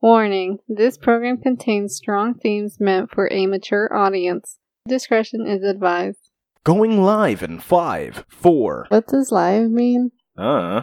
Warning this program contains strong themes meant for a mature audience. Discretion is advised. Going live in five, four. What does live mean? Uh.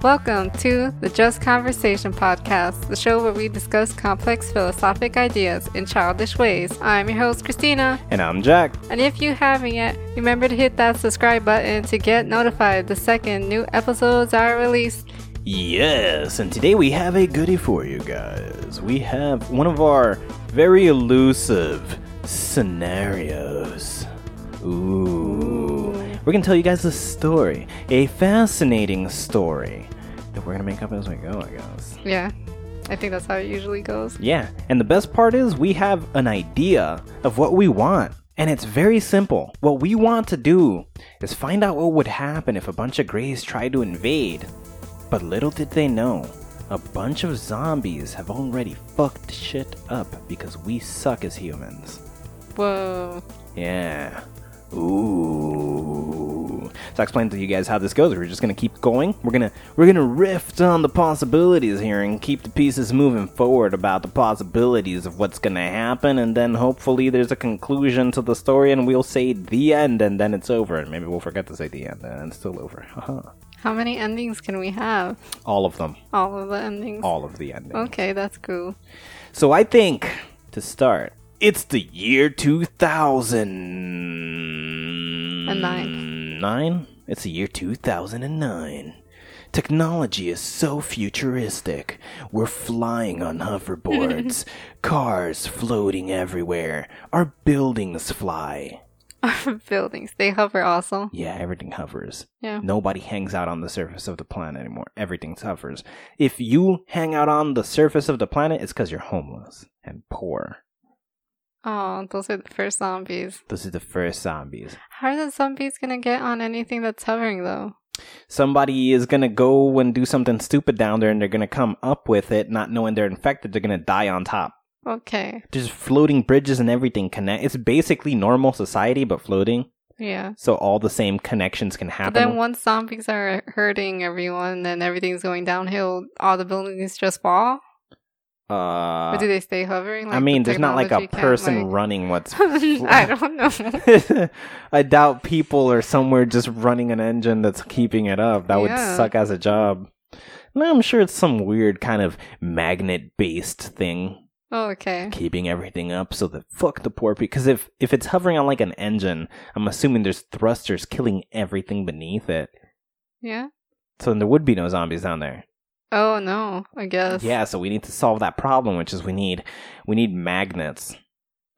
Welcome to the Just Conversation Podcast, the show where we discuss complex philosophic ideas in childish ways. I'm your host, Christina. And I'm Jack. And if you haven't yet, remember to hit that subscribe button to get notified the second new episodes are released. Yes, and today we have a goodie for you guys. We have one of our very elusive scenarios. Ooh. We're gonna tell you guys a story, a fascinating story that we're gonna make up as we go, I guess. Yeah, I think that's how it usually goes. Yeah, and the best part is we have an idea of what we want. And it's very simple. What we want to do is find out what would happen if a bunch of Greys tried to invade. But little did they know, a bunch of zombies have already fucked shit up because we suck as humans. Whoa. Yeah. Ooh. So I explained to you guys how this goes. We're just gonna keep going. We're gonna we're gonna rift on the possibilities here and keep the pieces moving forward about the possibilities of what's gonna happen, and then hopefully there's a conclusion to the story, and we'll say the end, and then it's over, and maybe we'll forget to say the end, and it's still over. Haha. How many endings can we have? All of them. All of the endings? All of the endings. Okay, that's cool. So I think to start, it's the year 2000. A nine. Nine? It's the year 2009. Technology is so futuristic. We're flying on hoverboards, cars floating everywhere, our buildings fly. Buildings, they hover also. Yeah, everything hovers. Yeah. Nobody hangs out on the surface of the planet anymore. Everything suffers. If you hang out on the surface of the planet, it's because you're homeless and poor. Oh, those are the first zombies. Those are the first zombies. How are the zombies gonna get on anything that's hovering though? Somebody is gonna go and do something stupid down there, and they're gonna come up with it, not knowing they're infected. They're gonna die on top. Okay. There's floating bridges and everything connect. It's basically normal society, but floating. Yeah. So all the same connections can But happen. then once zombies are hurting everyone and everything's going downhill, all the buildings just fall? uh, or do they stay hovering? I mean, the there's not like a technology can't, person like- running what's. I don't know. I doubt people are somewhere just running an engine that's keeping it up. That Yeah. would suck as a job. No, I'm sure it's some weird kind of magnet based thing Oh, okay. keeping everything up so that fuck the poor people. Because if, if it's hovering on like an engine, I'm assuming there's thrusters killing everything beneath it. Yeah. So then there would be no zombies down there. Oh no, I guess. Yeah, so we need to solve that problem, which is we need we need magnets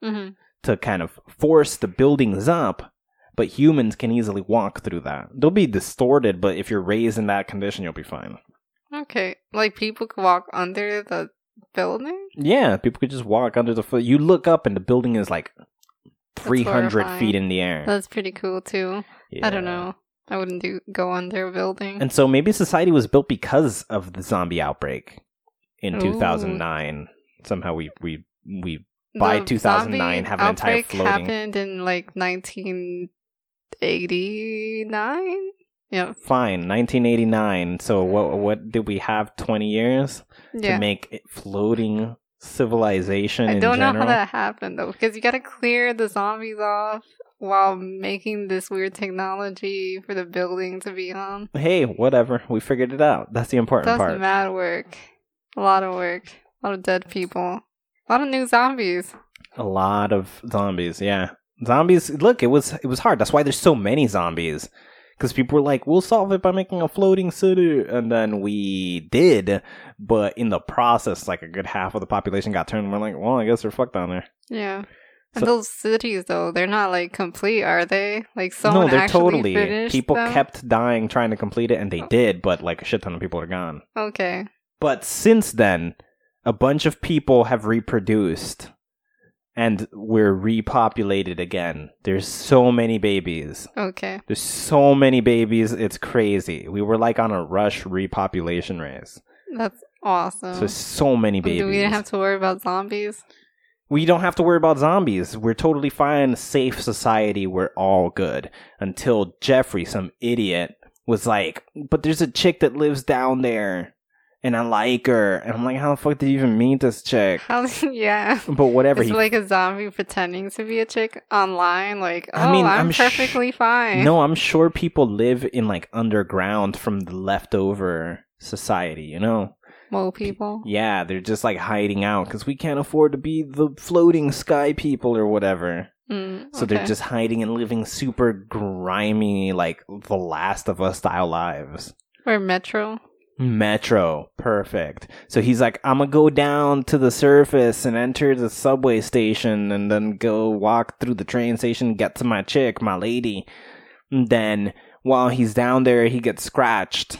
hmm to kind of force the buildings up, but humans can easily walk through that. They'll be distorted, but if you're raised in that condition, you'll be fine. Okay. Like people could walk under the building? Yeah, people could just walk under the foot. You look up and the building is like 300 horrifying. feet in the air. That's pretty cool too. I don't Yeah. know. I wouldn't do go under a building. And so maybe society was built because of the zombie outbreak in Ooh. 2009. Somehow we we we by The 2009 have an entire outbreak floating- happened in like 1989. Yep. fine 1989. So what what did we have 20 years Yeah. to make it floating civilization I in don't know general? how that happened though, because you got to clear the zombies off while making this weird technology for the building to be on. hey, whatever. We figured it out. That's the important That's part. mad work. A lot of work. A lot of dead people. A lot of new zombies. A lot of zombies. Yeah, zombies. Look, it was it was hard. That's why there's so many zombies. Because people were like, "We'll solve it by making a floating city," and then we did. But in the process, like a good half of the population got turned. And we're like, "Well, I guess they're fucked down there." Yeah. So- and those cities though, they're not like complete, are they? Like someone no, they're actually totally. finished People them? Oh. kept dying trying to complete it, and they did. But like a shit ton of people are gone. Okay. But since then, a bunch of people have reproduced and we're repopulated again. There's so many babies. Okay. There's so many babies. It's crazy. We were like on a rush repopulation race. That's awesome. So so many Um, babies. Do we have to worry about zombies? We don't have to worry about zombies. We're totally fine, safe society. We're all good. Until Jeffrey, some idiot, was like, But there's a chick that lives down there, and I like her. And I'm like, How the fuck did you even meet this chick? How, yeah. But whatever. It's he- like a zombie pretending to be a chick online. Like, oh, I I mean, am I'm sh- perfectly fine. No, I'm sure people live in like underground from the leftover society, you know? Mole people. Yeah, they're just like hiding out because we can't afford to be the floating sky people or whatever. Mm, So they're okay. just hiding and living super grimy, like The Last of Us style lives. Or Metro. Metro, perfect. So he's like, I'm gonna go down to the surface and enter the subway station and then go walk through the train station, get to my chick, my lady. And then while he's down there, he gets scratched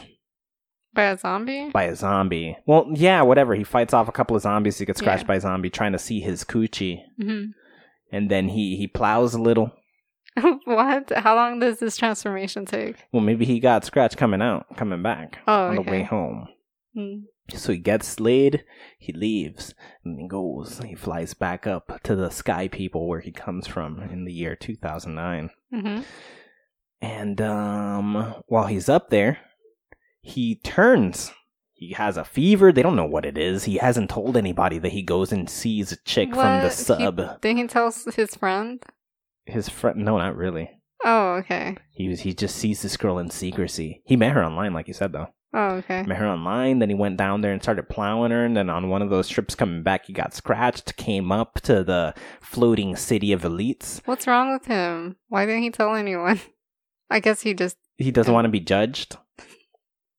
By a zombie? by a zombie. Well, yeah, whatever. He fights off a couple of zombies. He gets scratched Yeah. by a zombie trying to see his coochie. hmm And then he, he plows a little. what? How long does this transformation take? Well, maybe he got scratched coming out, coming back Oh, on the okay. way home. Mm. So he gets slayed, he leaves, and he goes. He flies back up to the sky people where he comes from in the year 2009. hmm And um, while he's up there, he turns. He has a fever. They don't know what it is. He hasn't told anybody that he goes and sees a chick from the What? He- sub. Then he tells his friend. His friend, no, not really. Oh, okay. He was, he just sees this girl in secrecy. He met her online, like you said, though. Oh, okay. met her online. Then he went down there and started plowing her. And then on one of those trips coming back, he got scratched, came up to the floating city of elites. What's wrong with him? Why didn't he tell anyone? I guess he just He doesn't want to be judged.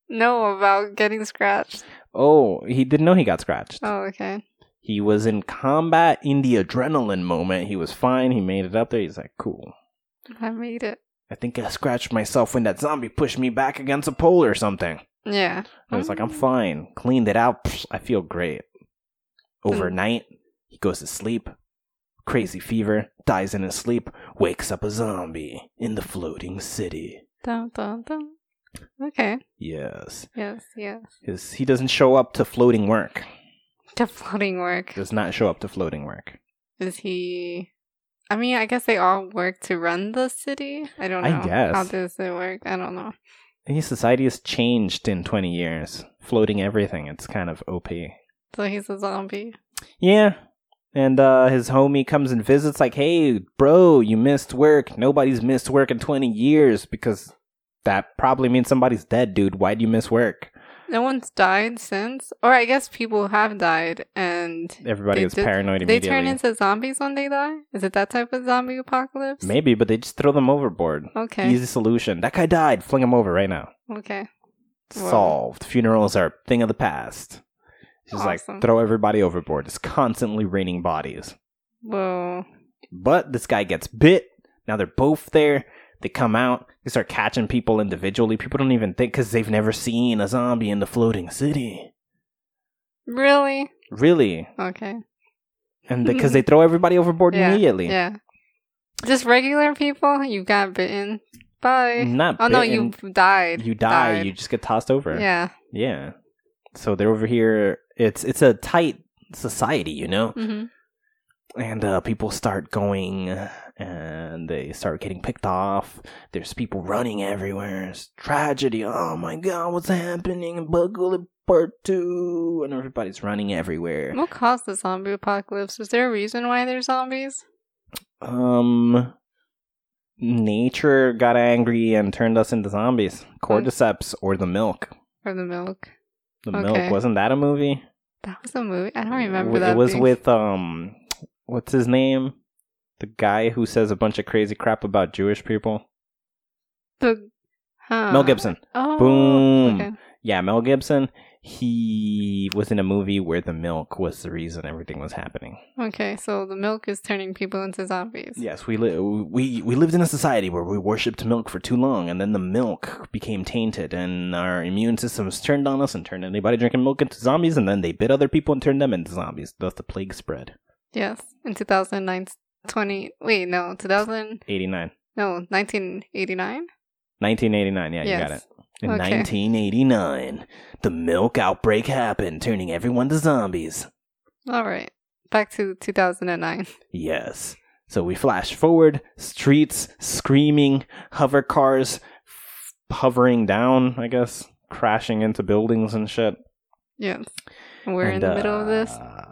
know about getting scratched. Oh, he didn't know he got scratched. Oh, okay. He was in combat in the adrenaline moment. He was fine. He made it up there. He's like, cool. I made it. I think I scratched myself when that zombie pushed me back against a pole or something. Yeah. I was like, I'm Mm. fine. Cleaned it out. Psh, I feel great. Overnight, he goes to sleep. Crazy fever. Dies in his sleep. Wakes up a zombie in the floating city. Dun, dun, dun. Okay. Yes. Yes, yes. His, he doesn't show up to floating work. The floating work. Does not show up to floating work. Is he? I mean, I guess they all work to run the city. I don't know. I guess. how does it work. I don't know. Any society has changed in 20 years. Floating everything. It's kind of OP. So he's a zombie. Yeah. And uh, his homie comes and visits, like, hey, bro, you missed work. Nobody's missed work in 20 years because that probably means somebody's dead, dude. Why'd you miss work? No one's died since, or I guess people have died, and Everybody They gets did- paranoid they immediately. turn into zombies when they die. Is it that type of zombie apocalypse? Maybe, but they just throw them overboard. Okay. Easy solution. That guy died. Fling him over right now. okay. Wow. Solved. Funerals are a thing of the past. Just Awesome. like throw everybody overboard. It's constantly raining bodies. Whoa. But this guy gets bit. Now they're both there. They come out. They start catching people individually. People don't even think because they've never seen a zombie in the floating city. Really? Really? Okay. And because they throw everybody overboard Mm-hmm. Yeah, immediately. Yeah. Just regular people. You got bitten. Bye. Not oh no, you Mm-hmm. bitten. died. You die. You just get tossed over. Yeah. Yeah. So they're over here. It's it's a tight society, you know. hmm and uh, people start going and they start getting picked off there's people running everywhere it's tragedy oh my god what's happening buckle part two and everybody's running everywhere What caused the zombie apocalypse? Is there a reason why there's zombies? um nature got angry and turned us into zombies cordyceps or the milk Or the milk? the Okay. milk wasn't that a movie That was a movie. I don't remember W- that. it was being- with um what's his name the guy who says a bunch of crazy crap about jewish people the huh. mel gibson Oh, Boom. okay. Yeah, Mel Gibson, he was in a movie where the milk was the reason everything was happening. Okay, so the milk is turning people into zombies. Yes, we li- we we lived in a society where we worshipped milk for too long and then the milk became tainted and our immune systems turned on us and turned anybody drinking milk into zombies and then they bit other people and turned them into zombies. Thus the plague spread. Yes. In 2009, 20. Wait, no, 2000. 89. No, 1989? 1989. Yeah, you got it. Yes. In Okay. 1989, the milk outbreak happened, turning everyone to zombies. All right. back to 2009. Yes. So we flash forward, streets screaming, hover cars f- hovering down, I guess, crashing into buildings and shit. Yes. And We're in And, the middle of this. uh,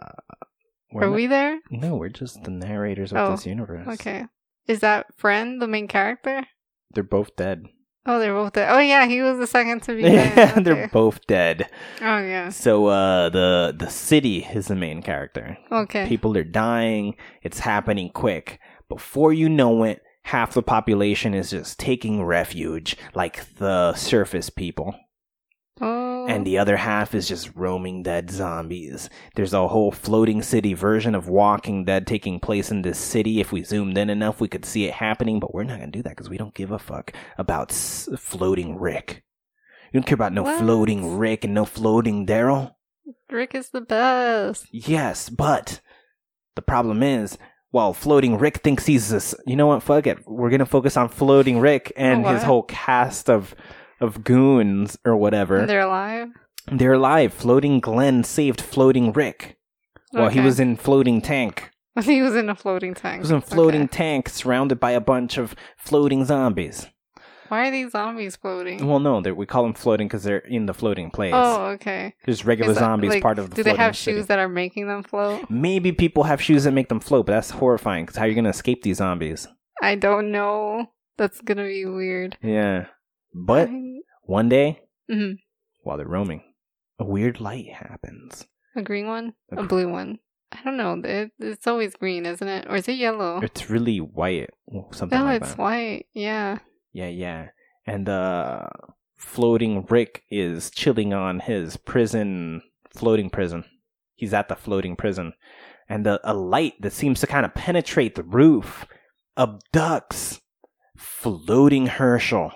we're Are not- we there? No, we're just the narrators of Oh, this universe. Okay. Is that friend the main character? They're both dead. Oh, they're both dead. Oh, yeah, he was the second to be dead. Yeah, they're Okay. both dead. Oh, yeah. So uh the the city is the main character. Okay. People are dying. It's happening quick. Before you know it, half the population is just taking refuge, like the surface people, oh. and the other half is just roaming dead zombies. There's a whole floating city version of Walking Dead taking place in this city. If we zoomed in enough, we could see it happening, but we're not gonna do that because we don't give a fuck about s- floating Rick. You don't care about no What? floating Rick and no floating Daryl. Rick is the best. Yes, but the problem is, while floating Rick thinks he's this, you know what? Fuck it. We're gonna focus on floating Rick and Oh, his what? whole cast of of goons or whatever. And They're, they're alive. alive. Floating Glenn saved floating Rick while he Okay. was in floating tank. When he was in a floating tank. He was in floating Okay. tank, surrounded by a bunch of floating zombies. Why are these zombies floating? Well, no, they're- we call them floating because they're in the floating place. Oh, okay. There's regular Is that- zombies like, part of the. Do they floating have city. shoes that are making them float? Maybe people have shoes that make them float, but that's horrifying. Because how are you gonna escape these zombies? I don't know. That's gonna be weird. Yeah. But I'm- one day, Mhm. while they're roaming, a weird light happens. A green one, A a gr- blue one. I don't know. It, it's always green, isn't it? Or is it yellow? It's really white, something no, like it's that. white. Yeah. yeah, yeah. And uh, floating Rick is chilling on his prison, floating prison. He's at the floating prison, and the, a light that seems to kind of penetrate the roof abducts floating Herschel.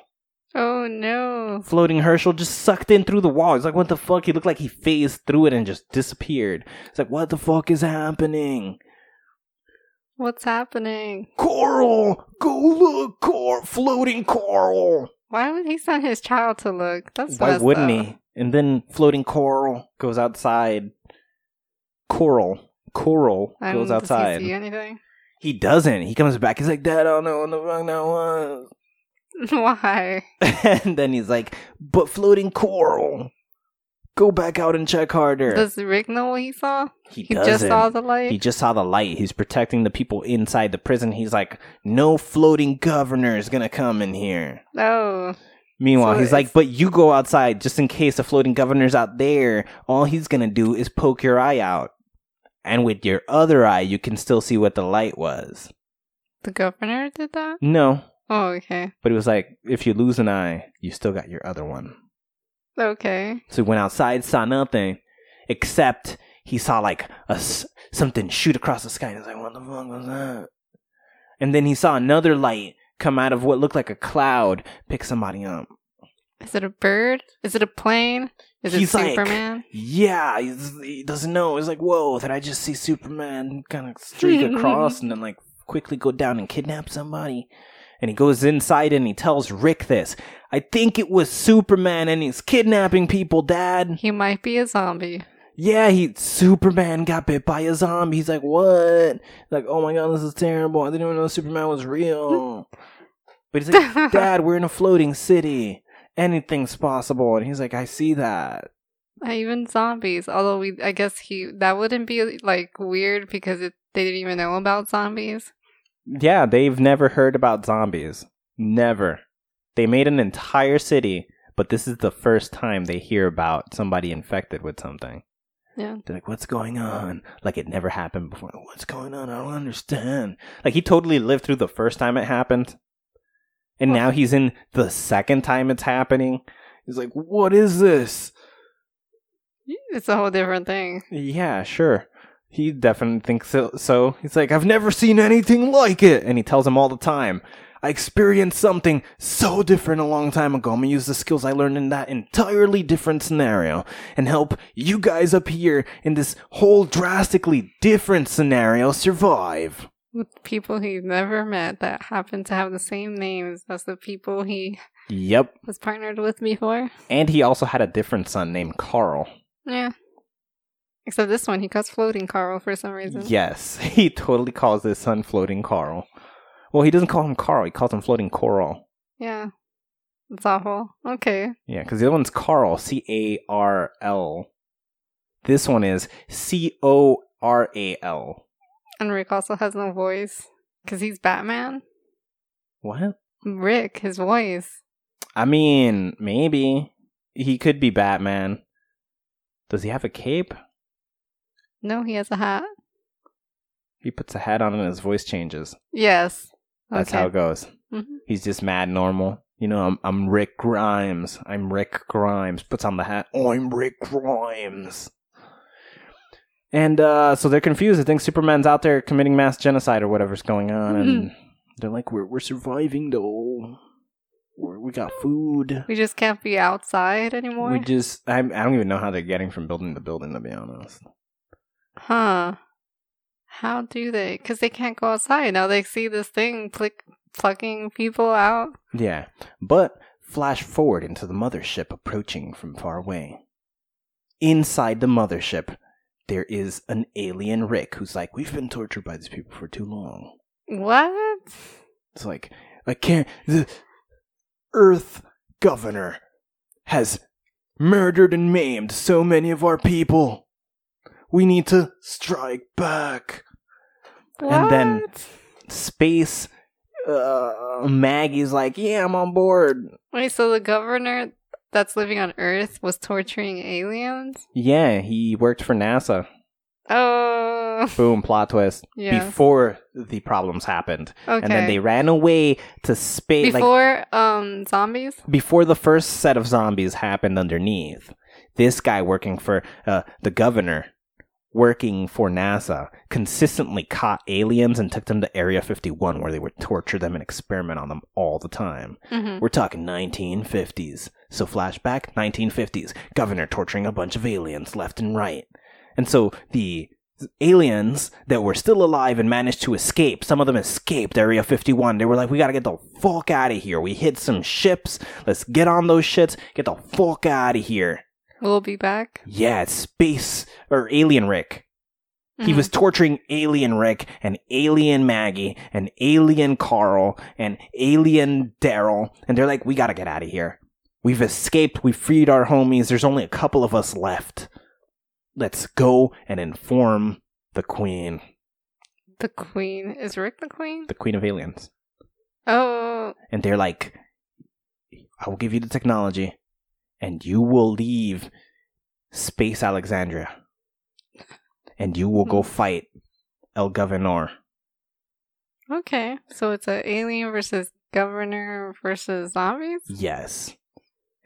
Oh no. floating Herschel just sucked in through the wall. He's like, what the fuck? He looked like he phased through it and just disappeared. It's like, what the fuck is happening? What's happening? Coral! Go look, Coral! Floating Coral! Why would he send his child to look? That's Why messed wouldn't up. he? And then floating Coral goes outside. Coral. Coral I goes don't- Does outside. he see anything? He doesn't. He comes back. He's like, Dad, I don't know what the fuck that was. Why? and then he's like, but floating Coral. Go back out and check harder. Does Rick know what he saw? he He just doesn't. saw the light. He just saw the light. He's protecting the people inside the prison. He's like, no floating governor is gonna come in here. oh, Meanwhile, So he's like, it's- but you go outside just in case the floating governor's out there. All he's gonna do is poke your eye out. And with your other eye, you can still see what the light was. the governor did that. No, Oh, okay, but it was like, if you lose an eye, you still got your other one. okay. So he went outside, saw nothing, except he saw like a s- something shoot across the sky. And he's like, "What the fuck was that?" And then he saw another light come out of what looked like a cloud, pick somebody up. Is it a bird? Is it a plane? Is He's it like- Superman? Yeah, he's, he doesn't know. He's like, "Whoa, did I just see Superman kind of streak across and then like quickly go down and kidnap somebody?" And he goes inside and he tells Rick this. I think it was Superman and he's kidnapping people, Dad. He might be a zombie. Yeah, he Superman got bit by a zombie. He's like, what? Like, oh my god, this is terrible. I didn't even know Superman was real. But he's like, Dad, we're in a floating city. Anything's possible. And he's like, I see that. Even zombies. Although we, I guess he that wouldn't be like weird because it, they didn't even know about zombies. Yeah, they've never heard about zombies. Never. They made an entire city, but this is the first time they hear about somebody infected with something. Yeah. They're like, what's going on? Like, it never happened before. What's going on? I don't understand. Like, he totally lived through the first time it happened. And now he's in the second time it's happening. He's like, what is this? It's a whole different thing. Yeah, sure. He definitely thinks so. so. He's like, I've never seen anything like it. And he tells him all the time, I experienced something so different a long time ago. I'm going to use the skills I learned in that entirely different scenario and help you guys up here in this whole drastically different scenario survive. With people he's never met that happen to have the same names as the people he Yep. was partnered with before. And he also had a different son named Carl. Yeah. Except this one, he calls floating Carl for some reason. Yes, he totally calls his son Floating Carl. Well, he doesn't call him Carl, he calls him Floating Coral. Yeah. It's awful. Okay. Yeah, because the other one's Carl, C A R L. This one is C O R A L. And Rick also has no voice because he's Batman. What? Rick, his voice. I mean, maybe. He could be Batman. Does he have a cape? No, he has a hat. He puts a hat on and his voice changes. Yes. That's Okay. how it goes. Mhm. He's just mad normal. You know, I'm, I'm Rick Grimes. I'm Rick Grimes. Puts on the hat. Oh, I'm Rick Grimes. And uh, so they're confused. They think Superman's out there committing mass genocide or whatever's going on. And they're like, we're, we're surviving though. We're, we got food. We just can't be outside anymore. We just, I, I don't even know how they're getting from building to building, to be honest. Huh. How do they? Because they can't go outside. Now they see this thing plick, plucking people out. Yeah. But flash forward into the mothership approaching from far away. Inside the mothership, there is an alien Rick who's like, We've been tortured by these people for too long. What? It's like, I can't. The Earth governor has murdered and maimed so many of our people. We need to strike back. And then- What? Space. Uh, Maggie's like, yeah, I'm on board. Wait, so the governor that's living on Earth was torturing aliens? Yeah, he worked for NASA. Oh. Boom, plot twist. Yeah. Before the problems happened. okay. And then they ran away to space like Before um zombies? before the first set of zombies happened underneath. This guy working for uh, the governor, working for NASA, consistently caught aliens and took them to Area 51 where they would torture them and experiment on them all the time. hmm We're talking 1950s. So flashback 1950s. Governor torturing a bunch of aliens left and right. And so the aliens that were still alive and managed to escape, some of them escaped Area 51. They were like, we gotta get the fuck out of here. We hit some ships. Let's get on those shits. Get the fuck out of here. We'll be back. Yeah, it's space or alien Rick. He Mhm. was torturing Alien Rick and Alien Maggie and Alien Carl and Alien Daryl. And they're like, we gotta get out of here. We've escaped. We freed our homies. There's only a couple of us left. Let's go and inform the Queen. the queen. Is Rick the queen? The Queen of Aliens. Oh. And they're like, I will give you the technology and you will leave Space Alexandria. And you will go fight El Governor. Okay, so it's a alien versus governor versus zombies. Yes.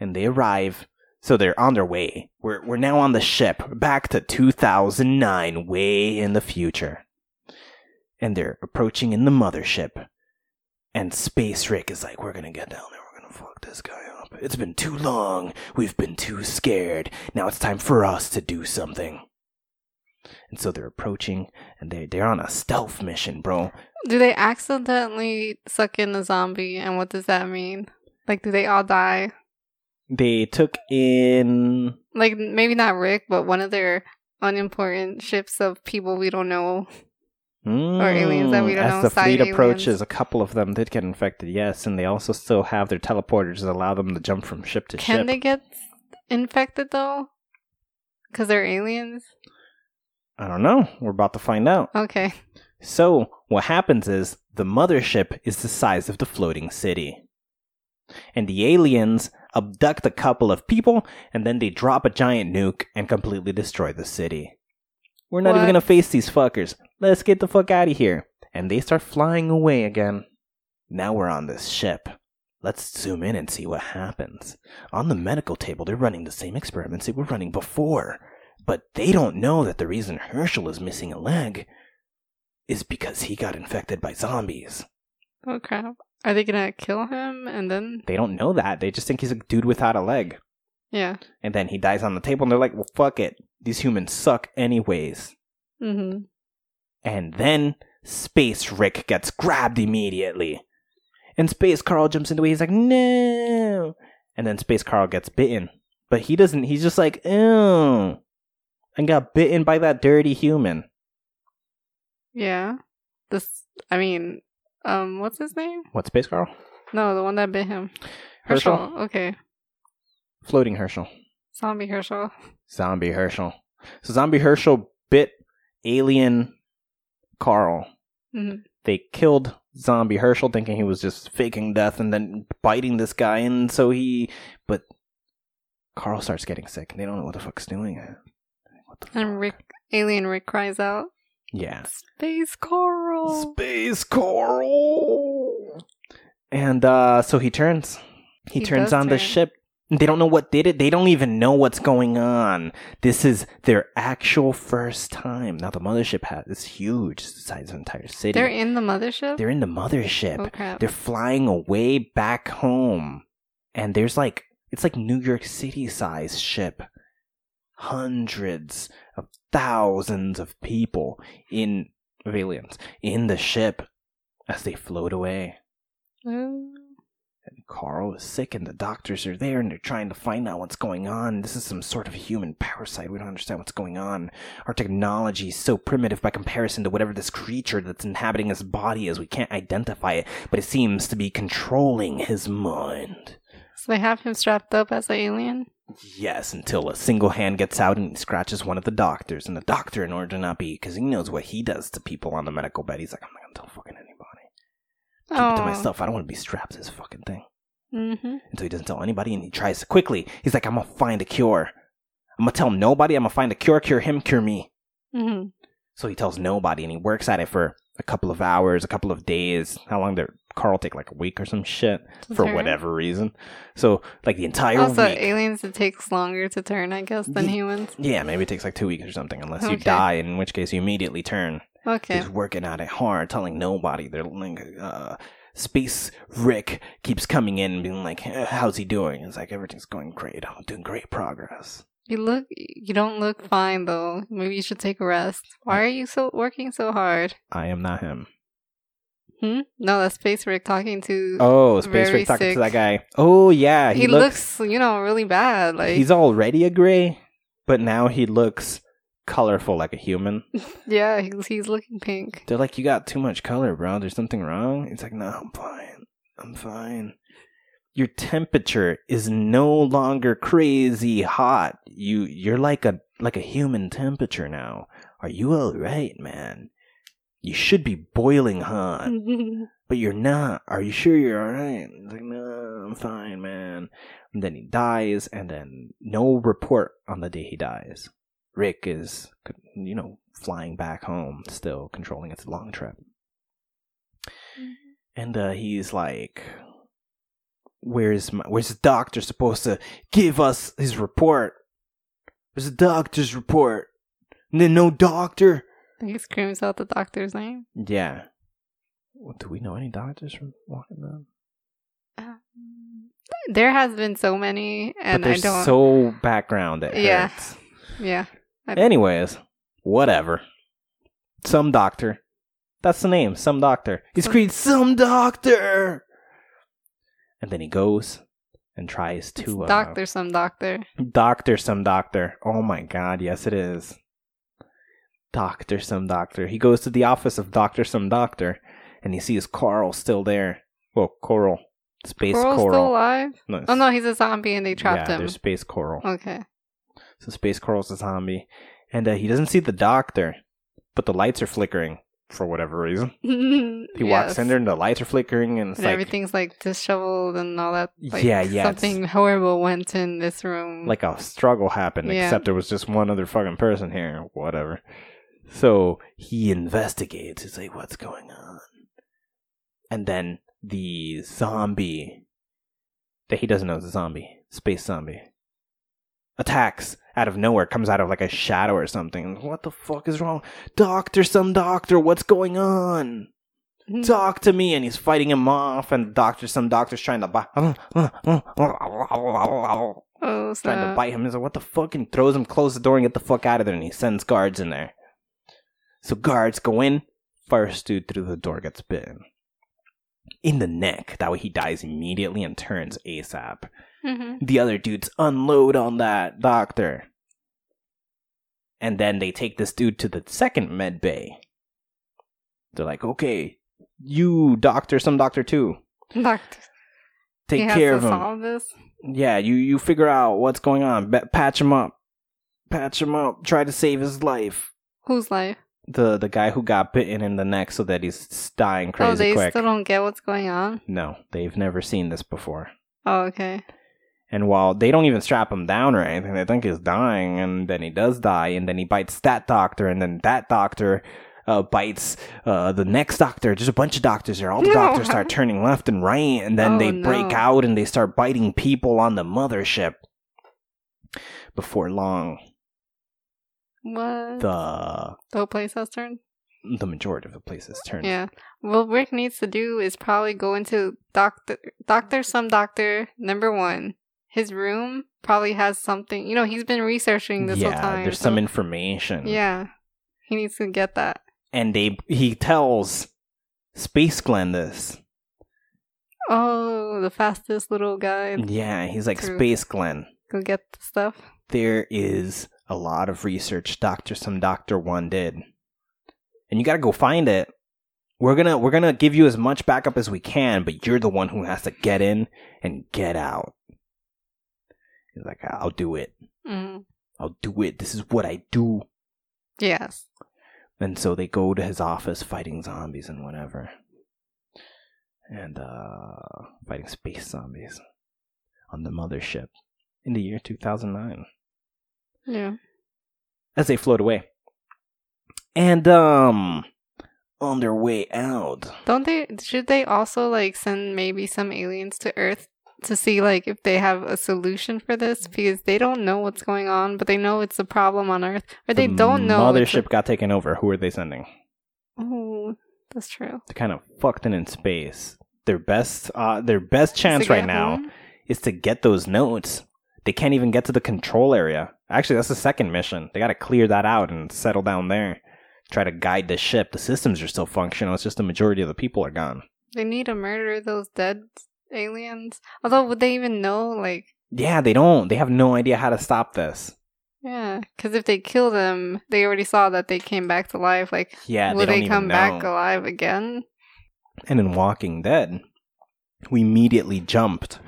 And they arrive. So they're on their way. We're, we're now on the ship, back to 2009, way in the future. And they're approaching in the mothership. And Space Rick is like, we're gonna get down there, we're gonna fuck this guy up. It's been too long, we've been too scared. Now it's time for us to do something. And so they're approaching, and they're, they're on a stealth mission, bro. Do they accidentally suck in a zombie, and what does that mean? Like, do they all die? They took in Like, maybe not Rick, but one of their unimportant ships of people we don't know. aliens that we Mm, don't As know, the side fleet aliens. approaches, a couple of them did get infected, yes, and they also still have their teleporters that allow them to jump from ship to Can ship. they get infected though? Because they're aliens. I don't know. We're about to find out. Okay. So, what happens is the mothership is the size of the floating city. And the aliens abduct a couple of people, and then they drop a giant nuke and completely destroy the city. We're not even What? gonna face these fuckers. Let's get the fuck out of here. And they start flying away again. Now we're on this ship. Let's zoom in and see what happens. On the medical table, they're running the same experiments they were running before. But they don't know that the reason Herschel is missing a leg is because he got infected by zombies. Oh crap. Are they gonna kill him and then? They don't know that. They just think he's a dude without a leg. Yeah. And then he dies on the table, and they're like, well, fuck it. These humans suck, anyways. Mm-hmm. And then Space Rick gets grabbed immediately. And Space Carl jumps into it. He's like, no. And then Space Carl gets bitten. But he doesn't. He's just like, ew. and got bitten by that dirty human. Yeah. This, I mean, um, what's his name? What, Space Girl? No, the one that bit him. Herschel? Okay. Floating Herschel. Zombie Herschel. Zombie Herschel. So Zombie Herschel bit alien Carl. Mhm. They killed Zombie Herschel thinking he was just faking death and then biting this guy and so he but Carl starts getting sick and they don't know what the fuck's doing. What the And fuck? Rick, alien Rick cries out, Yeah. Space Coral. Space Coral. And uh, so he turns. He, He turns does on the turn. ship. They don't know what did it. They don't even know what's going on. This is their actual first time. Now the mothership has it's huge. It's the size of an entire city. They're in the mothership? They're in the mothership. Oh, crap. They're flying away back home. And there's like it's like New York City size ship. Hundreds of thousands of people in of aliens in the ship as they float away. Ooh. And Carl is sick and the doctors are there and they're trying to find out what's going on. This is some sort of human parasite. We don't understand what's going on. Our technology is so primitive by comparison to whatever this creature that's inhabiting his body is. We can't identify it, but it seems to be controlling his mind. So they have him strapped up as an alien? Yes, until a single hand gets out and he scratches one of the doctors. And the doctor, in order to not be, because he knows what he does to people on the medical bed, he's like, I'm not going to tell fucking anybody. Keep it to myself. I don't want to be strapped to this fucking thing. Oh, Mm-hmm. And so he doesn't tell anybody and he tries to quickly. He's like, I'm gonna find a cure. I'm gonna tell nobody. I'm gonna find a cure, cure him, cure me. Mm-hmm. So he tells nobody and he works at it for a couple of hours, a couple of days. How long did Carl take? Like a week or some shit for turn? whatever reason. So, like the entire also, week. aliens, it takes longer to turn, I guess, than Ye- humans. yeah, maybe it takes like two weeks or something, unless you Okay. die, in which case you immediately turn. Okay. He's working at it hard, telling nobody. They're like, uh, Space Rick keeps coming in and being like, "Eh, How's he doing? It's like, Everything's going great. I'm doing great progress. You look, you don't look fine though. Maybe you should take a rest. Why are you so working so hard? I am not him. Hmm? No, that's Space Rick talking to. Oh, Space Very Rick talking sick. to that guy. Oh, yeah. he, He, looks, looks, you know, really bad. Like, He's already a gray, but now he looks colorful like a human. yeah, he's, he's looking pink. They're like, You got too much color, bro. There's something wrong. He's like, No, I'm fine. I'm fine. Your temperature is no longer crazy hot. You you're like a like a human temperature now. Are you alright, man? You should be boiling hot. but you're not. Are you sure you're all right? He's like, no, I'm fine, man. And then he dies, and then no report on the day he dies. Rick is, you know, flying back home, still controlling its long trip. And uh, he's like, "Where's my? Where's the doctor supposed to give us his report? Where's the doctor's report? And then no doctor. he screams out the doctor's name. Yeah. Well, do we know any doctors from walking them? Um, There has been so many, and but I they're don't. so background it Yeah. hurts. yeah, Anyways, whatever. Some doctor. That's the name. Some doctor. He's Some- screamed some doctor, and then he goes and tries it's to uh, doctor, some doctor. Doctor, some doctor. Oh my god, yes it is. Doctor, some doctor. He goes to the office of Doctor, some doctor, and he sees Carl still there. Well, Coral, space Coral's still Coral. alive. No, Oh no, he's a zombie, and they trapped yeah, him. there's space Coral. Okay. So Space Coral's a zombie, and uh, he doesn't see the doctor, but the lights are flickering for whatever reason. he He walks in there, and the lights are flickering, and it's and like everything's like disheveled and all that. Like, Yeah, yeah, it's- Something horrible went in this room. like a struggle happened, Mm. Yeah. except there was just one other fucking person here. Whatever. So he investigates. He's like, "What's going on?" And then the zombie that he doesn't know is a zombie, space zombie, attacks out of nowhere. Comes out of like a shadow or something. What the fuck is wrong, doctor? Some doctor? What's going on? Mm. talk to me and he's fighting him off and the doctor some doctor's trying to bite trying oh, to snap. bite him he's like what the fuck and he throws him close the door and get the fuck out of there and he sends guards in there so guards go in first dude through the door gets bitten in the neck that way he dies immediately and turns asap Mhm. the other dudes unload on that doctor And then they take this dude to the second med bay. They're like, okay, you doctor, some doctor too, Doctor, take he care has of to him. solve this. Yeah, you you figure out what's going on. Ba- patch him up, patch him up. Try to save his life. Whose life? Oh, The the guy who got bitten in the neck so that he's dying crazy oh, they quick. still don't get what's going on. No, they've never seen this before. Oh, okay. And while they don't even strap him down or anything, they think he's dying, and then he does die, and then he bites that doctor, and then that doctor uh, bites uh, the next doctor. Just a bunch of doctors here. All the No. doctors start turning left and right, and then Oh, they break no. out and they start biting people on the mothership. Before long, What? The, the whole place has turned. the majority of the places turn. Yeah. What Rick needs to do is probably go into doctor, doctor, some doctor number one. His room probably has something. You know, he's been researching this whole Yeah, time. there's so- some information. Yeah, he needs to get that. and they he tells Space Glenn this. Oh, the fastest little guy. Yeah, he's like True. Space Glenn. Go get the stuff. There is a lot of research Doctor Some Doctor One did, and you got to go find it. We're gonna we're gonna give you as much backup as we can, but you're the one who has to get in and get out. He's like, I'll do it. Mm. I'll do it. This is what I do. Yes. And so they go to his office fighting zombies and whatever. And uh fighting space zombies on the mothership in the year 2009 Yeah. as they float away. And um on their way out. Don't they? Should they also like send maybe some aliens to Earth to see like if they have a solution for this because they don't know what's going on, but they know it's a problem on Earth, or they the don't know. it's a- Mothership got taken over. Who are they sending? Oh, that's true. They're kind of fucked and in space. Their best uh their best chance To right get now home? is to get those notes. They can't even get to the control area. Actually, that's the second mission. They got to clear that out and settle down there. Try to guide the ship. The systems are still functional. It's just the majority of the people are gone. They need to murder those dead aliens. Although, would they even know? Like, Yeah, they don't. They have no idea how to stop this. yeah, because if they kill them, they already saw that they came back to life. Like, Yeah, will they don't they, come even back know. alive again? And in Walking Dead, we immediately jumped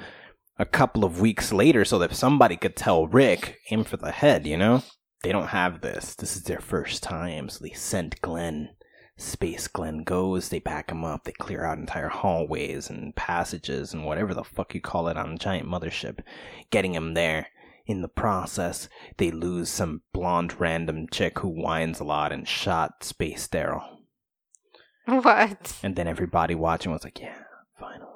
a couple of weeks later so that somebody could tell Rick, aim for the head, you know? They don't have this. This is their first time, so they send Glenn. Space Glenn goes, they back him up, they clear out entire hallways and passages and whatever the fuck you call it on a giant mothership, getting him there. In the process, they lose some blonde random chick who whines a lot and shot Space Daryl. What? And then everybody watching was like, yeah, finally.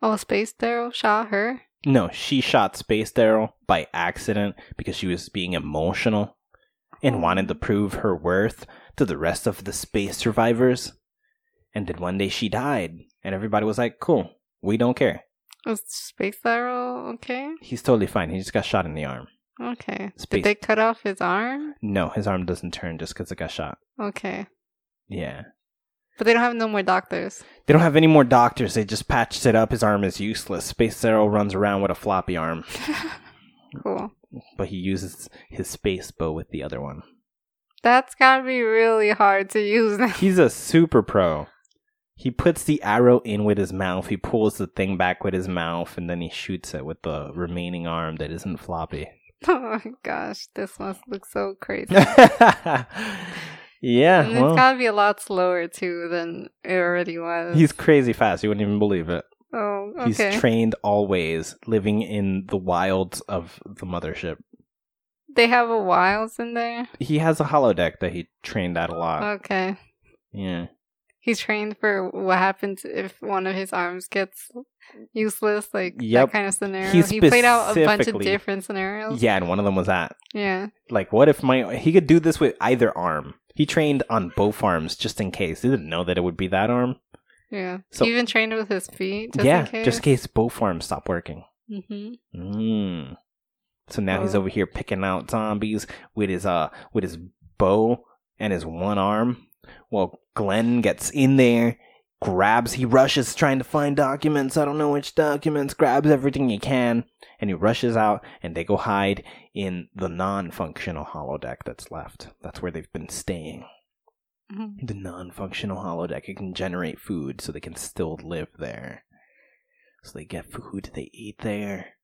Oh, Space Daryl shot her. No, she shot Space Daryl by accident because she was being emotional and wanted to prove her worth to the rest of the space survivors. And then one day she died, and everybody was like, cool, we don't care. Was Oh, Space Daryl okay? He's totally fine. He just got shot in the arm. Okay. Space- Did they cut off his arm? No, his arm doesn't turn just because it got shot. Okay. Yeah. But they don't have no more doctors. They don't have any more doctors. They just patched it up. His arm is useless. Space Daryl runs around with a floppy arm, Mm. cool. but he uses his space bow with the other one. That's gotta be really hard to use now. He's a super pro. He puts the arrow in with his mouth. He pulls the thing back with his mouth, and then he shoots it with the remaining arm that isn't floppy. oh my gosh, this must look so crazy. yeah, And it's well, gotta be a lot slower too than it already was. he's crazy fast. You wouldn't even believe it. oh He's okay. trained always, living in the wilds of the mothership. they have a wilds in there. He has a holodeck that he trained at a lot. Oh, Okay. yeah, He's trained for what happens if one of his arms gets useless, like Yep. that kind of scenario. He he played out a bunch of specifically- different scenarios. yeah, and one of them was that. yeah. Like, what if my he could do this with either arm? He trained on both arms just in case. He didn't know that it would be that arm. Yeah. So- he even trained with his feet. Just yeah, in case. just in case both arms stop working. hmm Mm. So now he's Oh. over here picking out zombies with his uh with his bow and his one arm. Well, Glenn gets in there, grabs, he rushes trying to find documents. I don't know which documents, grabs everything he can, and he rushes out and they go hide in the non functional holodeck that's left. That's where they've been staying. Mhm. The non functional holodeck, it can generate food so they can still live there. So they get food, they eat there,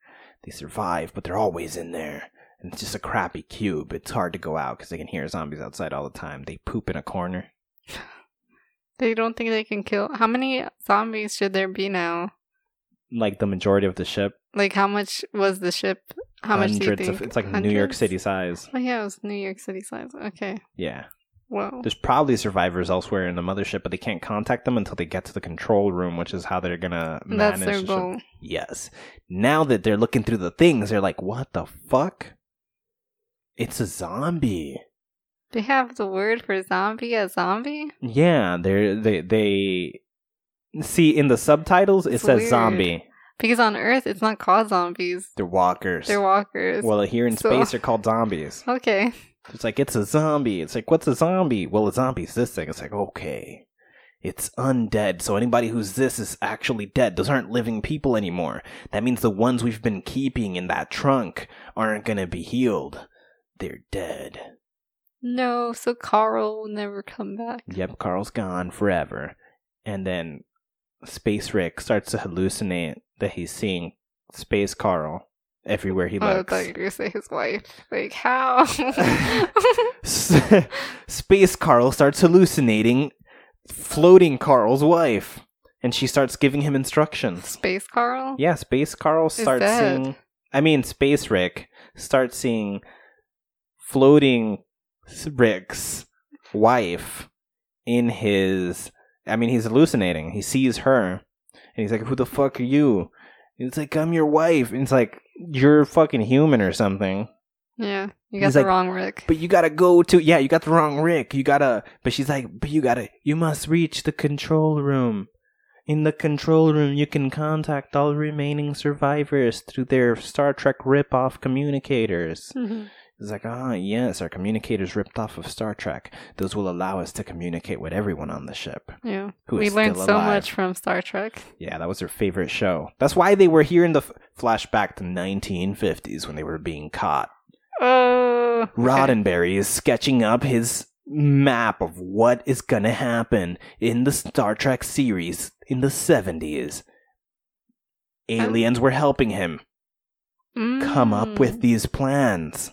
they survive, but they're always in there. And it's just a crappy cube. It's hard to go out because they can hear zombies outside all the time. They poop in a corner. They don't think they can kill. How many zombies should there be now? like the majority of the ship. Like, how much was the ship? How much do you hundreds think? of it's like New York Hundreds? City size. Oh yeah, it was New York City size. Okay, Yeah. whoa. There's probably survivors elsewhere in the mothership, but they can't contact them until they get to the control room, which is how they're gonna manage That's their the ship. goal. Yes. Now that they're looking through the things, they're like, What the fuck? It's a zombie. They have the word for zombie a zombie? Yeah, they're they they see in the subtitles it It's says weird. zombie. Because on Earth, it's not called zombies. They're walkers. They're walkers. well here in So- space they're called zombies. okay. It's like it's a zombie. It's like what's a zombie? Well, a zombie's this thing. It's like okay, it's undead. So anybody who's this is actually dead. Those aren't living people anymore. That means the ones we've been keeping in that trunk aren't gonna be healed. They're dead. No, so Carl will never come back. Yep, Carl's gone forever. And then Space Rick starts to hallucinate that he's seeing Space Carl everywhere he oh, I looks. thought you were gonna say his wife. Like how? S- Space Carl starts hallucinating floating Carl's wife, and she starts giving him instructions. Space Carl? Yeah, Space Carl starts dead. seeing. I mean, Space Rick starts seeing floating s- Rick's wife in his. I mean, he's hallucinating. He sees her, and he's like, "Who the fuck are you?" And it's like, "I'm your wife." And it's like, "You're fucking human or something." Yeah. You got He's the like, wrong Rick. but you gotta go to yeah you got the wrong rick you gotta but she's like but you gotta you must reach the control room in the control room you can contact all remaining survivors through their star trek rip-off communicators Mhm. it's like ah yes our communicators ripped off of star trek those will allow us to communicate with everyone on the ship yeah. who is we learned still so alive. much from Star Trek. yeah that was their favorite show that's why they were here in the f- flashback to 1950s when they were being caught Oh. okay. Roddenberry is sketching up his map of what is going to happen in the Star Trek series in the 70s. Aliens were helping him come up with Mm. these plans.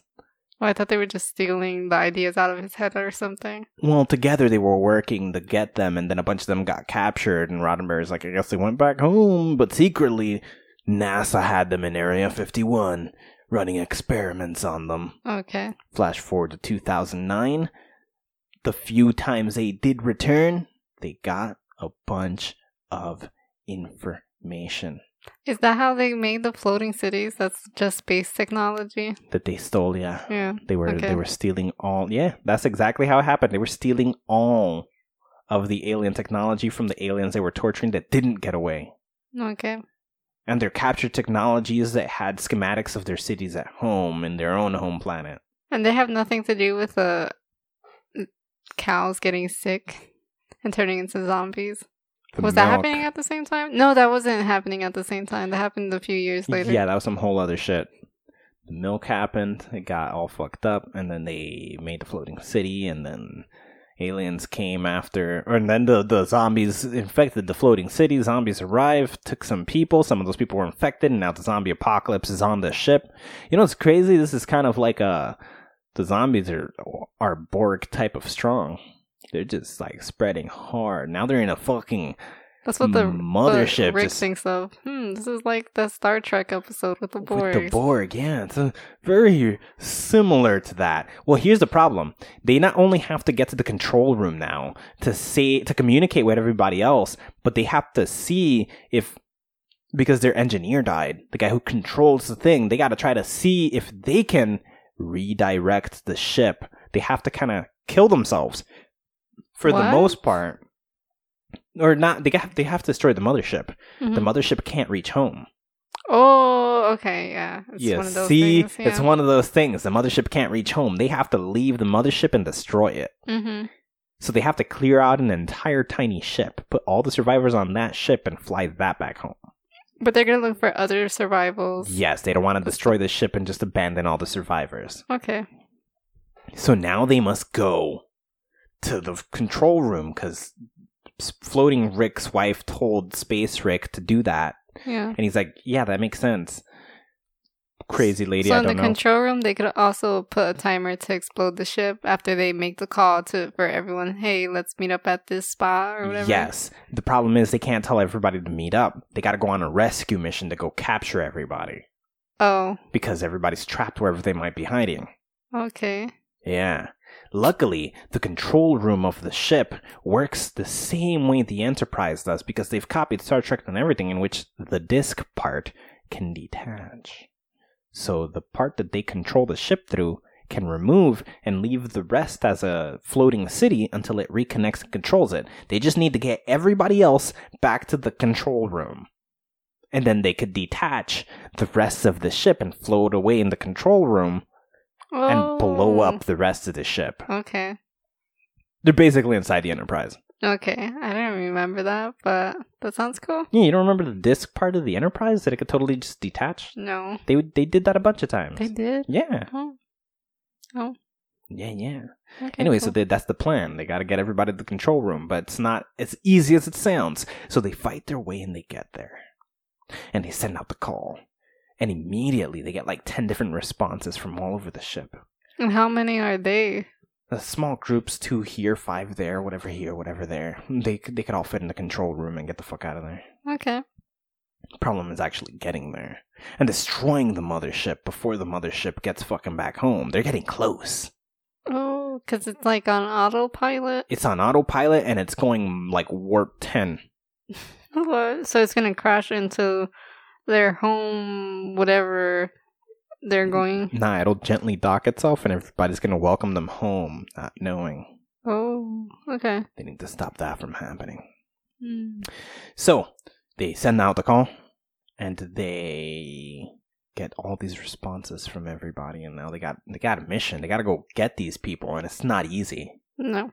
Oh, I thought they were just stealing the ideas out of his head or something. Well, together they were working to get them, and then a bunch of them got captured, and Roddenberry's like, I guess they went back home, but secretly, NASA had them in Area 51 running experiments on them. Okay. Flash forward to 2009. The few times they did return, they got a bunch of information Is that how they made the floating cities? That's just space technology. that they stole. Yeah, Yeah. they were Okay. they were stealing all. Yeah, that's exactly how it happened. They were stealing all of the alien technology from the aliens they were torturing that didn't get away, Okay. and their captured technologies that had schematics of their cities at home in their own home planet. And they have nothing to do with the cows getting sick and turning into zombies. The was that milk- happening at the same time? No, that wasn't happening at the same time. That happened a few years later. Yeah, that was some whole other shit. The milk happened, it got all fucked up, and then they made the floating city, and then aliens came after, or, and then the, the zombies infected the floating city. Zombies arrived, took some people, some of those people were infected, and now the zombie apocalypse is on the ship. You know what's crazy? This is kind of like a. The zombies are, are Borg type of strong. They're just like spreading hard. Now they're in a fucking That's what the Mothership the Rick just- thinks of. Hmm, this is like the Star Trek episode with the Borg. With the Borg, yeah, it's uh very similar to that. Well, here's the problem: they not only have to get to the control room now to say to communicate with everybody else, but they have to see if because their engineer died, the guy who controls the thing, they got to try to see if they can redirect the ship. They have to kind of kill themselves for the What? most part. Or not, they have, they have to destroy the mothership. Mhm. The mothership can't reach home. oh, okay, yeah. It's Yeah, one of those see, things. it's one of those things. The mothership can't reach home. They have to leave the mothership and destroy it. Mm-hmm. So they have to clear out an entire tiny ship, put all the survivors on that ship, and fly that back home. But they're gonna look for other survivals. Yes, they don't want to destroy the ship and just abandon all the survivors. Okay. So now they must go to the control room because floating Rick's wife told Space Rick to do that, Yeah. and he's like, "Yeah, that makes sense." Crazy lady, so I in the don't know. control room, they could also put a timer to explode the ship after they make the call to for everyone. Hey, let's meet up at this spot or whatever. Yes. The problem is they can't tell everybody to meet up. They got to go on a rescue mission to go capture everybody Oh, because everybody's trapped wherever they might be hiding. okay. Yeah. Luckily, the control room of the ship works the same way the Enterprise does because they've copied Star Trek and everything in which the disc part can detach. So the part that they control the ship through can remove and leave the rest as a floating city until it reconnects and controls it. They just need to get everybody else back to the control room. And then they could detach the rest of the ship and float away in the control room and blow Oh. up the rest of the ship. Okay. They're basically inside the Enterprise. Okay. I don't remember that, but that sounds cool. Yeah, you don't remember the disc part of the Enterprise that it could totally just detach? No. They would- they did that a bunch of times. They did? yeah, Oh. Oh. yeah, yeah. Okay, Anyway, so cool. they, that's the plan. They got to get everybody to the control room, but it's not as easy as it sounds. So they fight their way and they get there, and they send out the call, and immediately they get like ten different responses from all over the ship. and how many are they? Uh, small groups, two here, five there, whatever here, whatever there. They could- they could all fit in the control room and get the fuck out of there. Okay. problem is actually getting there and destroying the mothership before the mothership gets fucking back home. They're getting close. Oh, because it's like on autopilot. It's on autopilot and it's going like warp 10. What? So it's going to crash into their home, whatever Mm, they're going. Nah, it'll gently dock itself and everybody's gonna welcome them home, not knowing. Oh, okay. They need to stop that from happening. Hmm. So they send out the call, and they get all these responses from everybody. And now they got they got a mission. They got to go get these people, and it's not easy. No,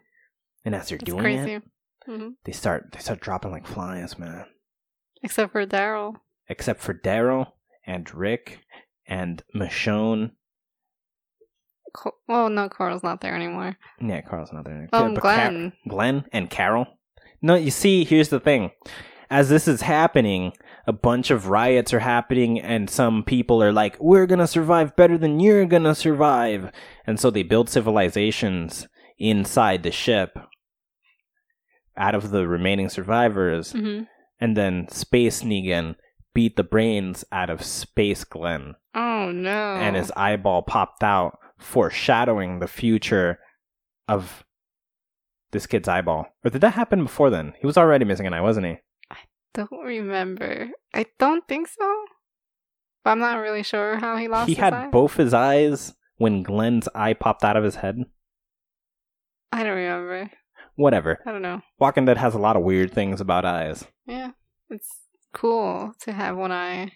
And as they're it's doing crazy. it, hmm they start they start dropping like flies, man. Except for Daryl. Except for Daryl and Rick and Michonne. Co- well, no, Coral's not there anymore. Yeah, Carl's not there. Oh, Yeah, but Car- Glenn. Glenn and Carol. No, you see, here's the thing. As this is happening, a bunch of riots are happening, and some people are like, we're gonna survive better than you're gonna survive. And so they build civilizations inside the ship out of the remaining survivors, hmm and then Space Negan beat the brains out of Space Glenn, Oh no. and his eyeball popped out, foreshadowing the future of this kid's eyeball. Or did that happen before then? He was already missing an eye, wasn't he? don't remember. I don't think so. But I'm not really sure how he lost. he his had eye. both his eyes when Glenn's eye popped out of his head. I don't remember. Whatever. I don't know. Walking Dead has a lot of weird things about eyes. Yeah, it's cool to have one eye.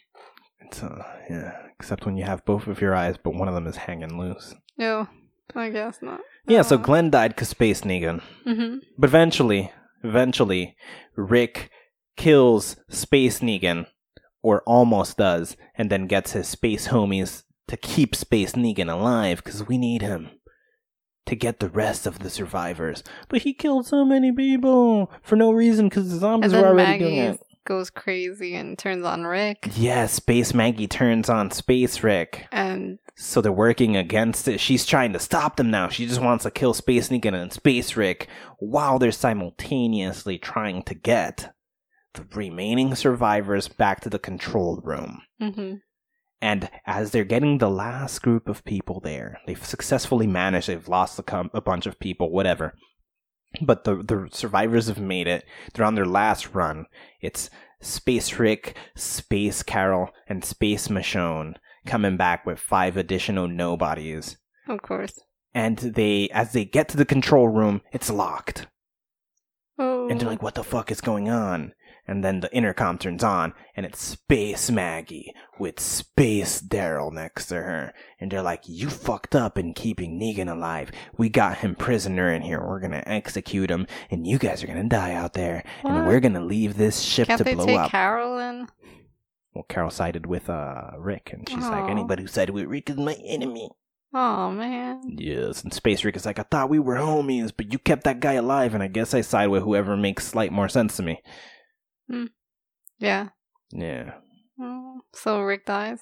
It's, uh, yeah, except when you have both of your eyes, but one of them is hanging loose. No, I guess not. Yeah, so Glenn died because Space Negan. hmm But eventually, eventually, Rick kills Space Negan, or almost does, and then gets his space homies to keep Space Negan alive because we need him to get the rest of the survivors. But he killed so many people for no reason because the And zombies were then already Maggie doing it. Mm-hmm. goes crazy and turns on Rick, Yeah, Space Maggie turns on Space Rick. and So they're working against it. She's trying to stop them now. She just wants to kill Space Negan and Space Rick while they're simultaneously trying to get the remaining survivors back to the control room. hmm And as they're getting the last group of people there, they've successfully managed, they've lost a, com- a bunch of people, whatever. But the, the survivors have made it. They're on their last run. It's Space Rick, Space Carol, and Space Michonne coming back with five additional nobodies. of course. And they, as they get to the control room, it's locked. Oh, And they're like, what the fuck is going on? And then the intercom turns on, and it's Space Maggie with Space Daryl next to her. And they're like, You fucked up in keeping Negan alive. We got him prisoner in here. We're gonna execute him, and you guys are gonna die out there. What? And we're gonna leave this ship Can't to they blow take up. Carolyn? well, Carol sided with uh, Rick, and she's like, Aw. Anybody who sided with Rick is my enemy. Oh man. Yes, and Space Rick is like, I thought we were homies, but you kept that guy alive, and I guess I side with whoever makes slight more sense to me. Yeah. Yeah. Mm, So Rick dies.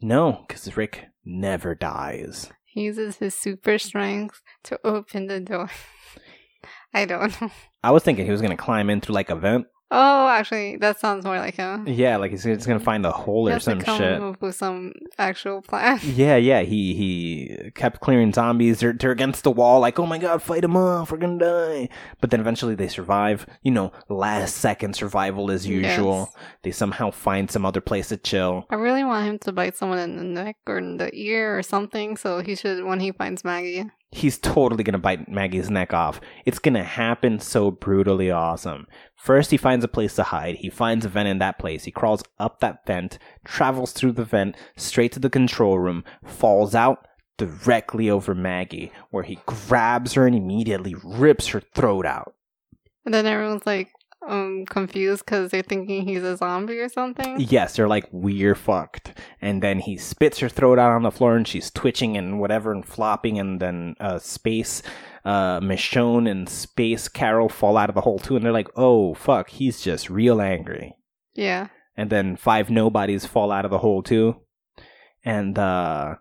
No, because Rick never dies. He uses his super strength to open the door. I don't know. I was thinking he was gonna climb in through like a vent. Oh, actually, that sounds more like him. Yeah, like he's just gonna find a hole He or has to some come shit. up with some actual plan. Yeah, yeah. He he kept clearing zombies. They're, they're against the wall, like, oh my god, fight them off. We're gonna die. But then eventually they survive. You know, last second survival as usual. Yes. They somehow find some other place to chill. I really want him to bite someone in the neck or in the ear or something. So he should when he finds Maggie. he's totally gonna bite Maggie's neck off. It's gonna happen so brutally awesome. First, he finds a place to hide. He finds a vent in that place. He crawls up that vent, travels through the vent, straight to the control room, falls out directly over Maggie, where he grabs her and immediately rips her throat out. And then everyone's like um confused because they're thinking he's a zombie or something. Yes, they're like, we're fucked. And then he spits her throat out on the floor and she's twitching and whatever and flopping. And then uh, Space, uh, Michonne and Space Carol fall out of the hole too. And they're like, oh, fuck, he's just real angry. Yeah. And then five nobodies fall out of the hole too. And uh,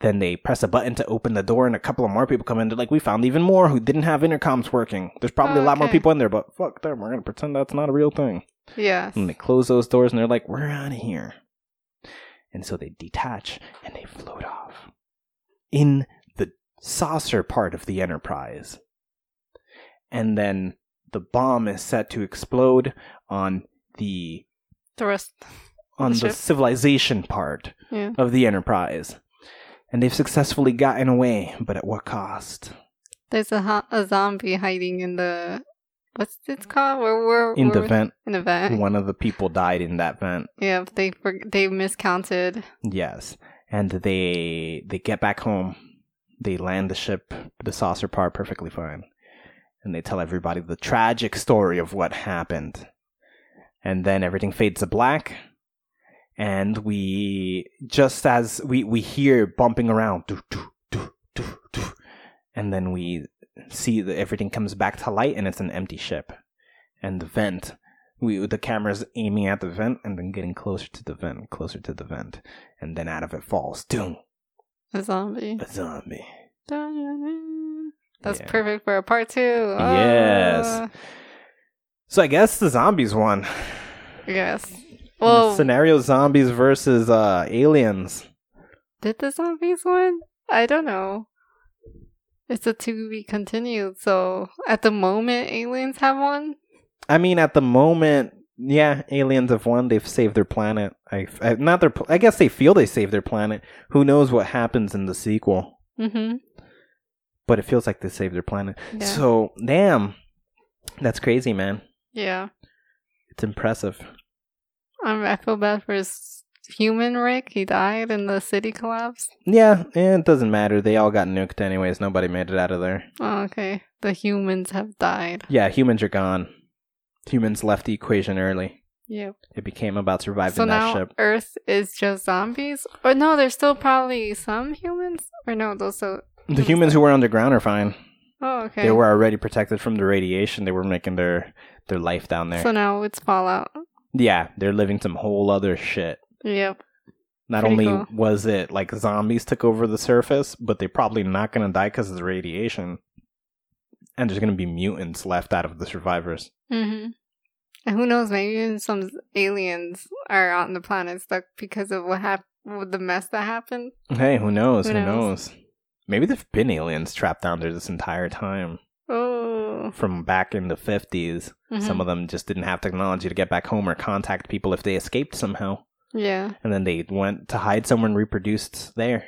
then they press a button to open the door and a couple of more people come in. They're like, we found even more who didn't have intercoms working. There's probably a lot more Okay. people in there, but fuck them. We're going to pretend that's not a real thing. Yes. And they close those doors and they're like, we're out of here. And so they detach and they float off in the saucer part of the Enterprise. And then the bomb is set to explode on the The rest. on The the ship? civilization part Yeah. of the Enterprise. And they've successfully gotten away, but at what cost? There's a, ho- a zombie hiding in the what's it called? Where where In the where- vent, In the vent. one of the people died in that vent. Yeah, but they for- they miscounted. Yes, and they they get back home. They land the ship, the saucer part, perfectly fine, and they tell everybody the tragic story of what happened. And then everything fades to black, and we just as we we hear bumping around, doo, doo, doo, doo, doo, and then we see that everything comes back to light, and it's an empty ship, and the vent. We, the camera's aiming at the vent and then getting closer to the vent, closer to the vent and then out of it falls doom A zombie. a zombie That's Uh, Yeah. perfect for a part two. Yes. so i guess the zombies won Ah, yes. Well, scenario zombies versus uh aliens did the zombies win? I don't know. It's a to be continued. So at the moment, aliens have one. i mean at the moment yeah aliens have won they've saved their planet i, I not their pl- i guess they feel they saved their planet who knows what happens in the sequel Mm-hmm. but it feels like they saved their planet Yeah. so damn that's crazy man yeah. it's impressive Um, I feel bad for his human Rick. He died in the city collapse. yeah, yeah, it doesn't matter. They all got nuked anyways. Nobody made it out of there. Oh, okay. The humans have died. Yeah, humans are gone. Humans left the equation early. Yep. It became about surviving so that now ship. Earth is just zombies, or no? There's still probably some humans, or no? Those still. The humans who were underground are fine. Oh, okay. They were already protected from the radiation. They were making their their life down there. So now it's Fallout. yeah, they're living some whole other shit. Yep. Not Pretty only cool. was it like zombies took over the surface, but they're probably not going to die because of the radiation. And there's going to be mutants left out of the survivors. Mm-hmm. And who knows? Maybe even some aliens are on the planet stuck because of what happened, the mess that happened. Hey, who knows? Who Who, knows? knows? Maybe there've been aliens trapped down there this entire time Oh. Mm-hmm. from back in the 50s. Some of them just didn't have technology to get back home or contact people if they escaped somehow. Yeah. And then they went to hide somewhere and reproduced there,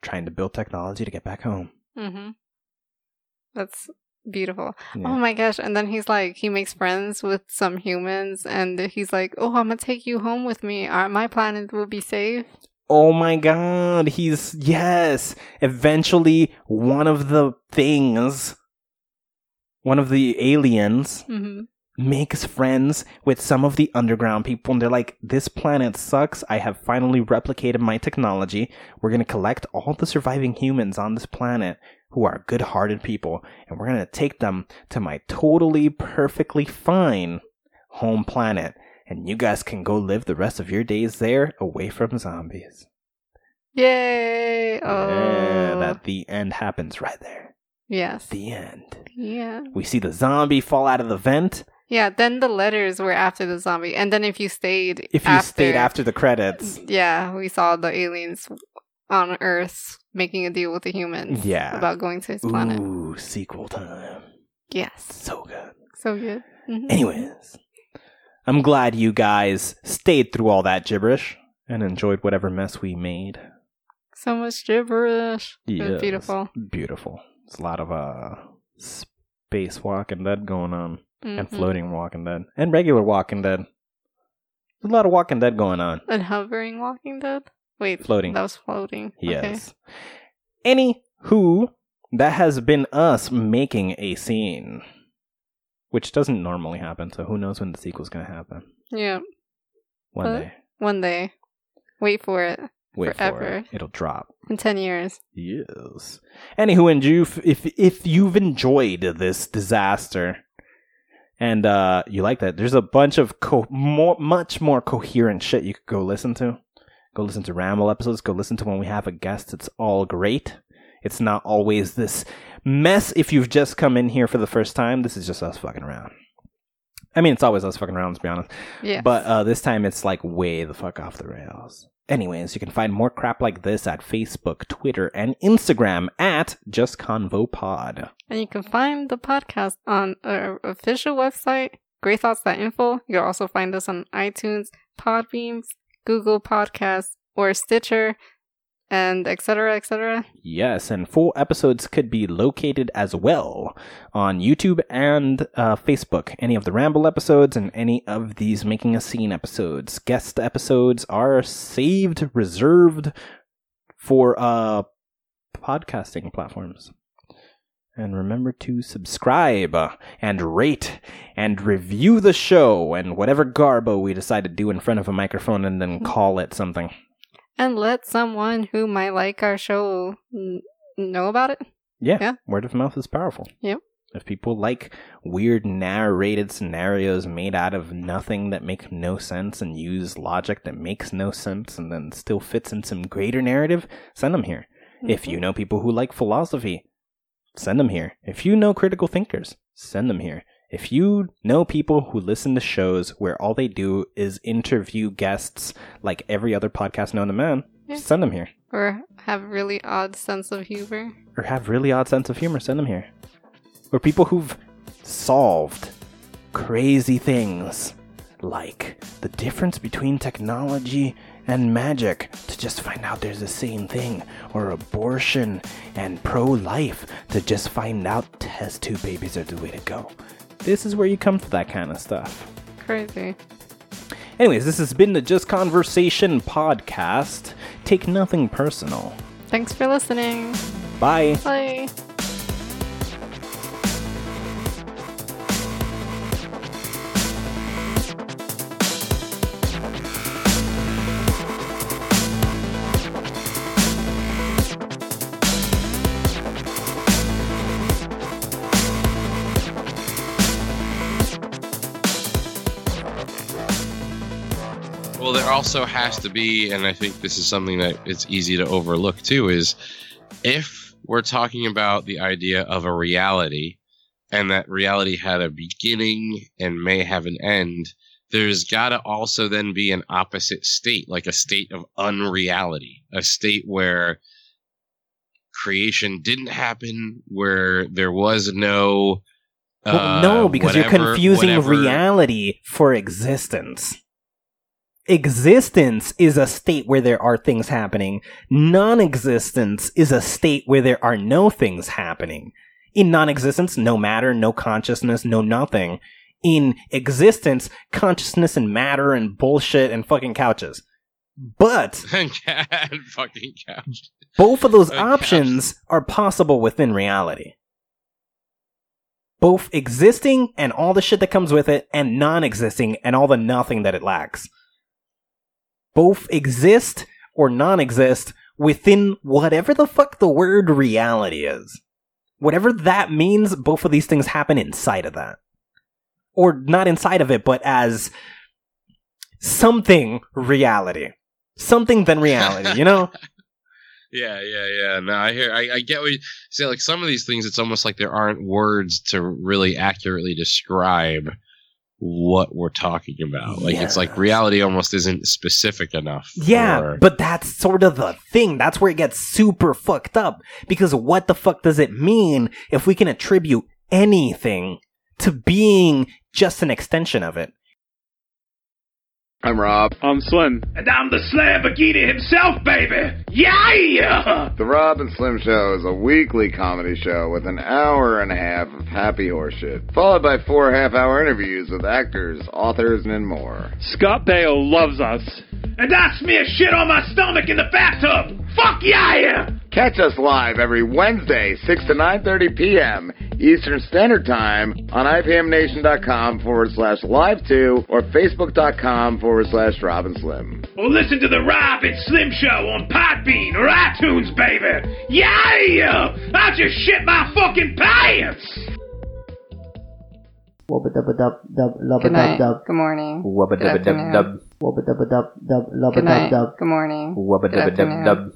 trying to build technology to get back home. Mm-hmm. That's beautiful. Yeah. Oh my gosh. And then he's like, he makes friends with some humans and he's like, oh, I'm going to take you home with me. Our, my planet will be safe. Oh my god, he's yes. Eventually one of the things one of the aliens hmm makes friends with some of the underground people and they're like this planet sucks. I have finally replicated my technology. We're going to collect all the surviving humans on this planet who are good-hearted people and we're going to take them to my totally perfectly fine home planet and you guys can go live the rest of your days there away from zombies. Yay. Oh. Yeah, that the end happens right there. yes. The end. yeah. We see the zombie fall out of the vent. Yeah. Then the letters were after the zombie. And then if you stayed, If you stayed after the credits, Yeah. We saw the aliens on Earth making a deal with the humans yeah. about going to his planet. Ooh, sequel time. Yes. So good. So good. Mhm. Anyways, I'm glad you guys stayed through all that gibberish and enjoyed whatever mess we made. So much gibberish. It was Yes. Beautiful. Beautiful. It's a lot of uh space walking dead going on. Mhm. And floating walking dead. And regular walking dead. A lot of walking dead going on. And hovering Walking Dead? Wait, Floating. that was floating. Okay. Yes. Any who that has been us making a scene, which doesn't normally happen. So who knows when the sequel's gonna happen? Yeah. One Huh? day, One day. Wait for it. wait for Forever. it. It'll drop. In 10 years. Yes. Anywho, and you, if if you've enjoyed this disaster, and uh you like that, there's a bunch of co- more, much more coherent shit you could go listen to. Go listen to ramble episodes. Go listen to when we have a guest. It's all great. It's not always this mess. If you've just come in here for the first time, this is just us fucking around. I mean, it's always us fucking around. Let's be honest. Yeah. But uh, this time it's like way the fuck off the rails. Anyways, you can find more crap like this at Facebook, Twitter, and Instagram at Just Convo Pod. and you can find the podcast on our official website, greythoughts.info. You can also find us on iTunes, Podbeams, Google Podcasts, or Stitcher, and etc. etc. Yes, and full episodes could be located as well on YouTube and uh, Facebook. Any of the Ramble episodes and any of these Making a Scene episodes. Guest episodes are saved, reserved for uh, podcasting platforms. And remember to subscribe uh, and rate and review the show and whatever garbo we decide to do in front of a microphone and then call it something. And let someone who might like our show n- know about it. Yeah. Yeah. Word of mouth is powerful. Yep. If people like weird narrated scenarios made out of nothing that make no sense and use logic that makes no sense and then still fits in some greater narrative, send them here. If Mm-hmm. you know people who like philosophy, send them here. If you know critical thinkers, send them here. If you know people who listen to shows where all they do is interview guests like every other podcast known to man, Yeah. send them here. Or have really odd sense of humor. or have really odd sense of humor, send them here. Or people who've solved crazy things like the difference between technology and magic to just find out there's the same thing, or abortion and pro life to just find out test tube babies are the way to go. This is where you come for that kind of stuff. Crazy. Anyways, this has been the Just Conversation podcast. Take nothing personal. Thanks for listening. Bye. Bye. Well, there also has to be, and I think this is something that it's easy to overlook too, is if we're talking about the idea of a reality and that reality had a beginning and may have an end, there's got to also then be an opposite state, like a state of unreality, a state where creation didn't happen, where there was no. Well, uh, no, because you're whatever- confusing whatever- reality for existence. Existence is a state where there are things happening. Non existence is a state where there are no things happening. In non existence, no matter, no consciousness, no nothing. In existence, consciousness and matter and bullshit and fucking couches. But and cat fucking couch. both of those Okay, options are possible within reality. Both existing and all the shit that comes with it, and non existing and all the nothing that it lacks. Both exist or non exist within whatever the fuck the word reality is. Whatever that means, both of these things happen inside of that. Or not inside of it, but as something reality. Something than reality, you know? Yeah, yeah, yeah. No, I hear. I, I get what you say. Like some of these things, it's almost like there aren't words to really accurately describe what we're talking about. Like it's like Yeah. reality almost isn't specific enough. Yeah, for- but that's sort of the thing. That's where it gets super fucked up. Because what the fuck does it mean if we can attribute anything to being just an extension of it? I'm Rob. I'm Slim. And I'm the Slambagini himself, baby! Yeah! The Rob and Slim Show is a weekly comedy show with an hour and a half of happy horseshit, followed by four half hour interviews with actors, authors, and more. Scott Baio loves us. And I smear shit on my stomach in the bathtub! Fuck yeah! Catch us live every Wednesday, 6 to 9.30 p.m. Eastern Standard Time on IPMNation.com forward slash live2 or Facebook.com forward slash Rob and Slim. Or listen to the Rob and Slim Show on Podbean or iTunes, baby! Yeah! I just shit my fucking pants! Wubba dubba dub dub Good lubba dub night. dub. Good morning. Wubba Good dub dub afternoon. dub Wubba dubba dub dub Good lubba dub night. dub. Good morning. wubba Good dub dub afternoon. dub.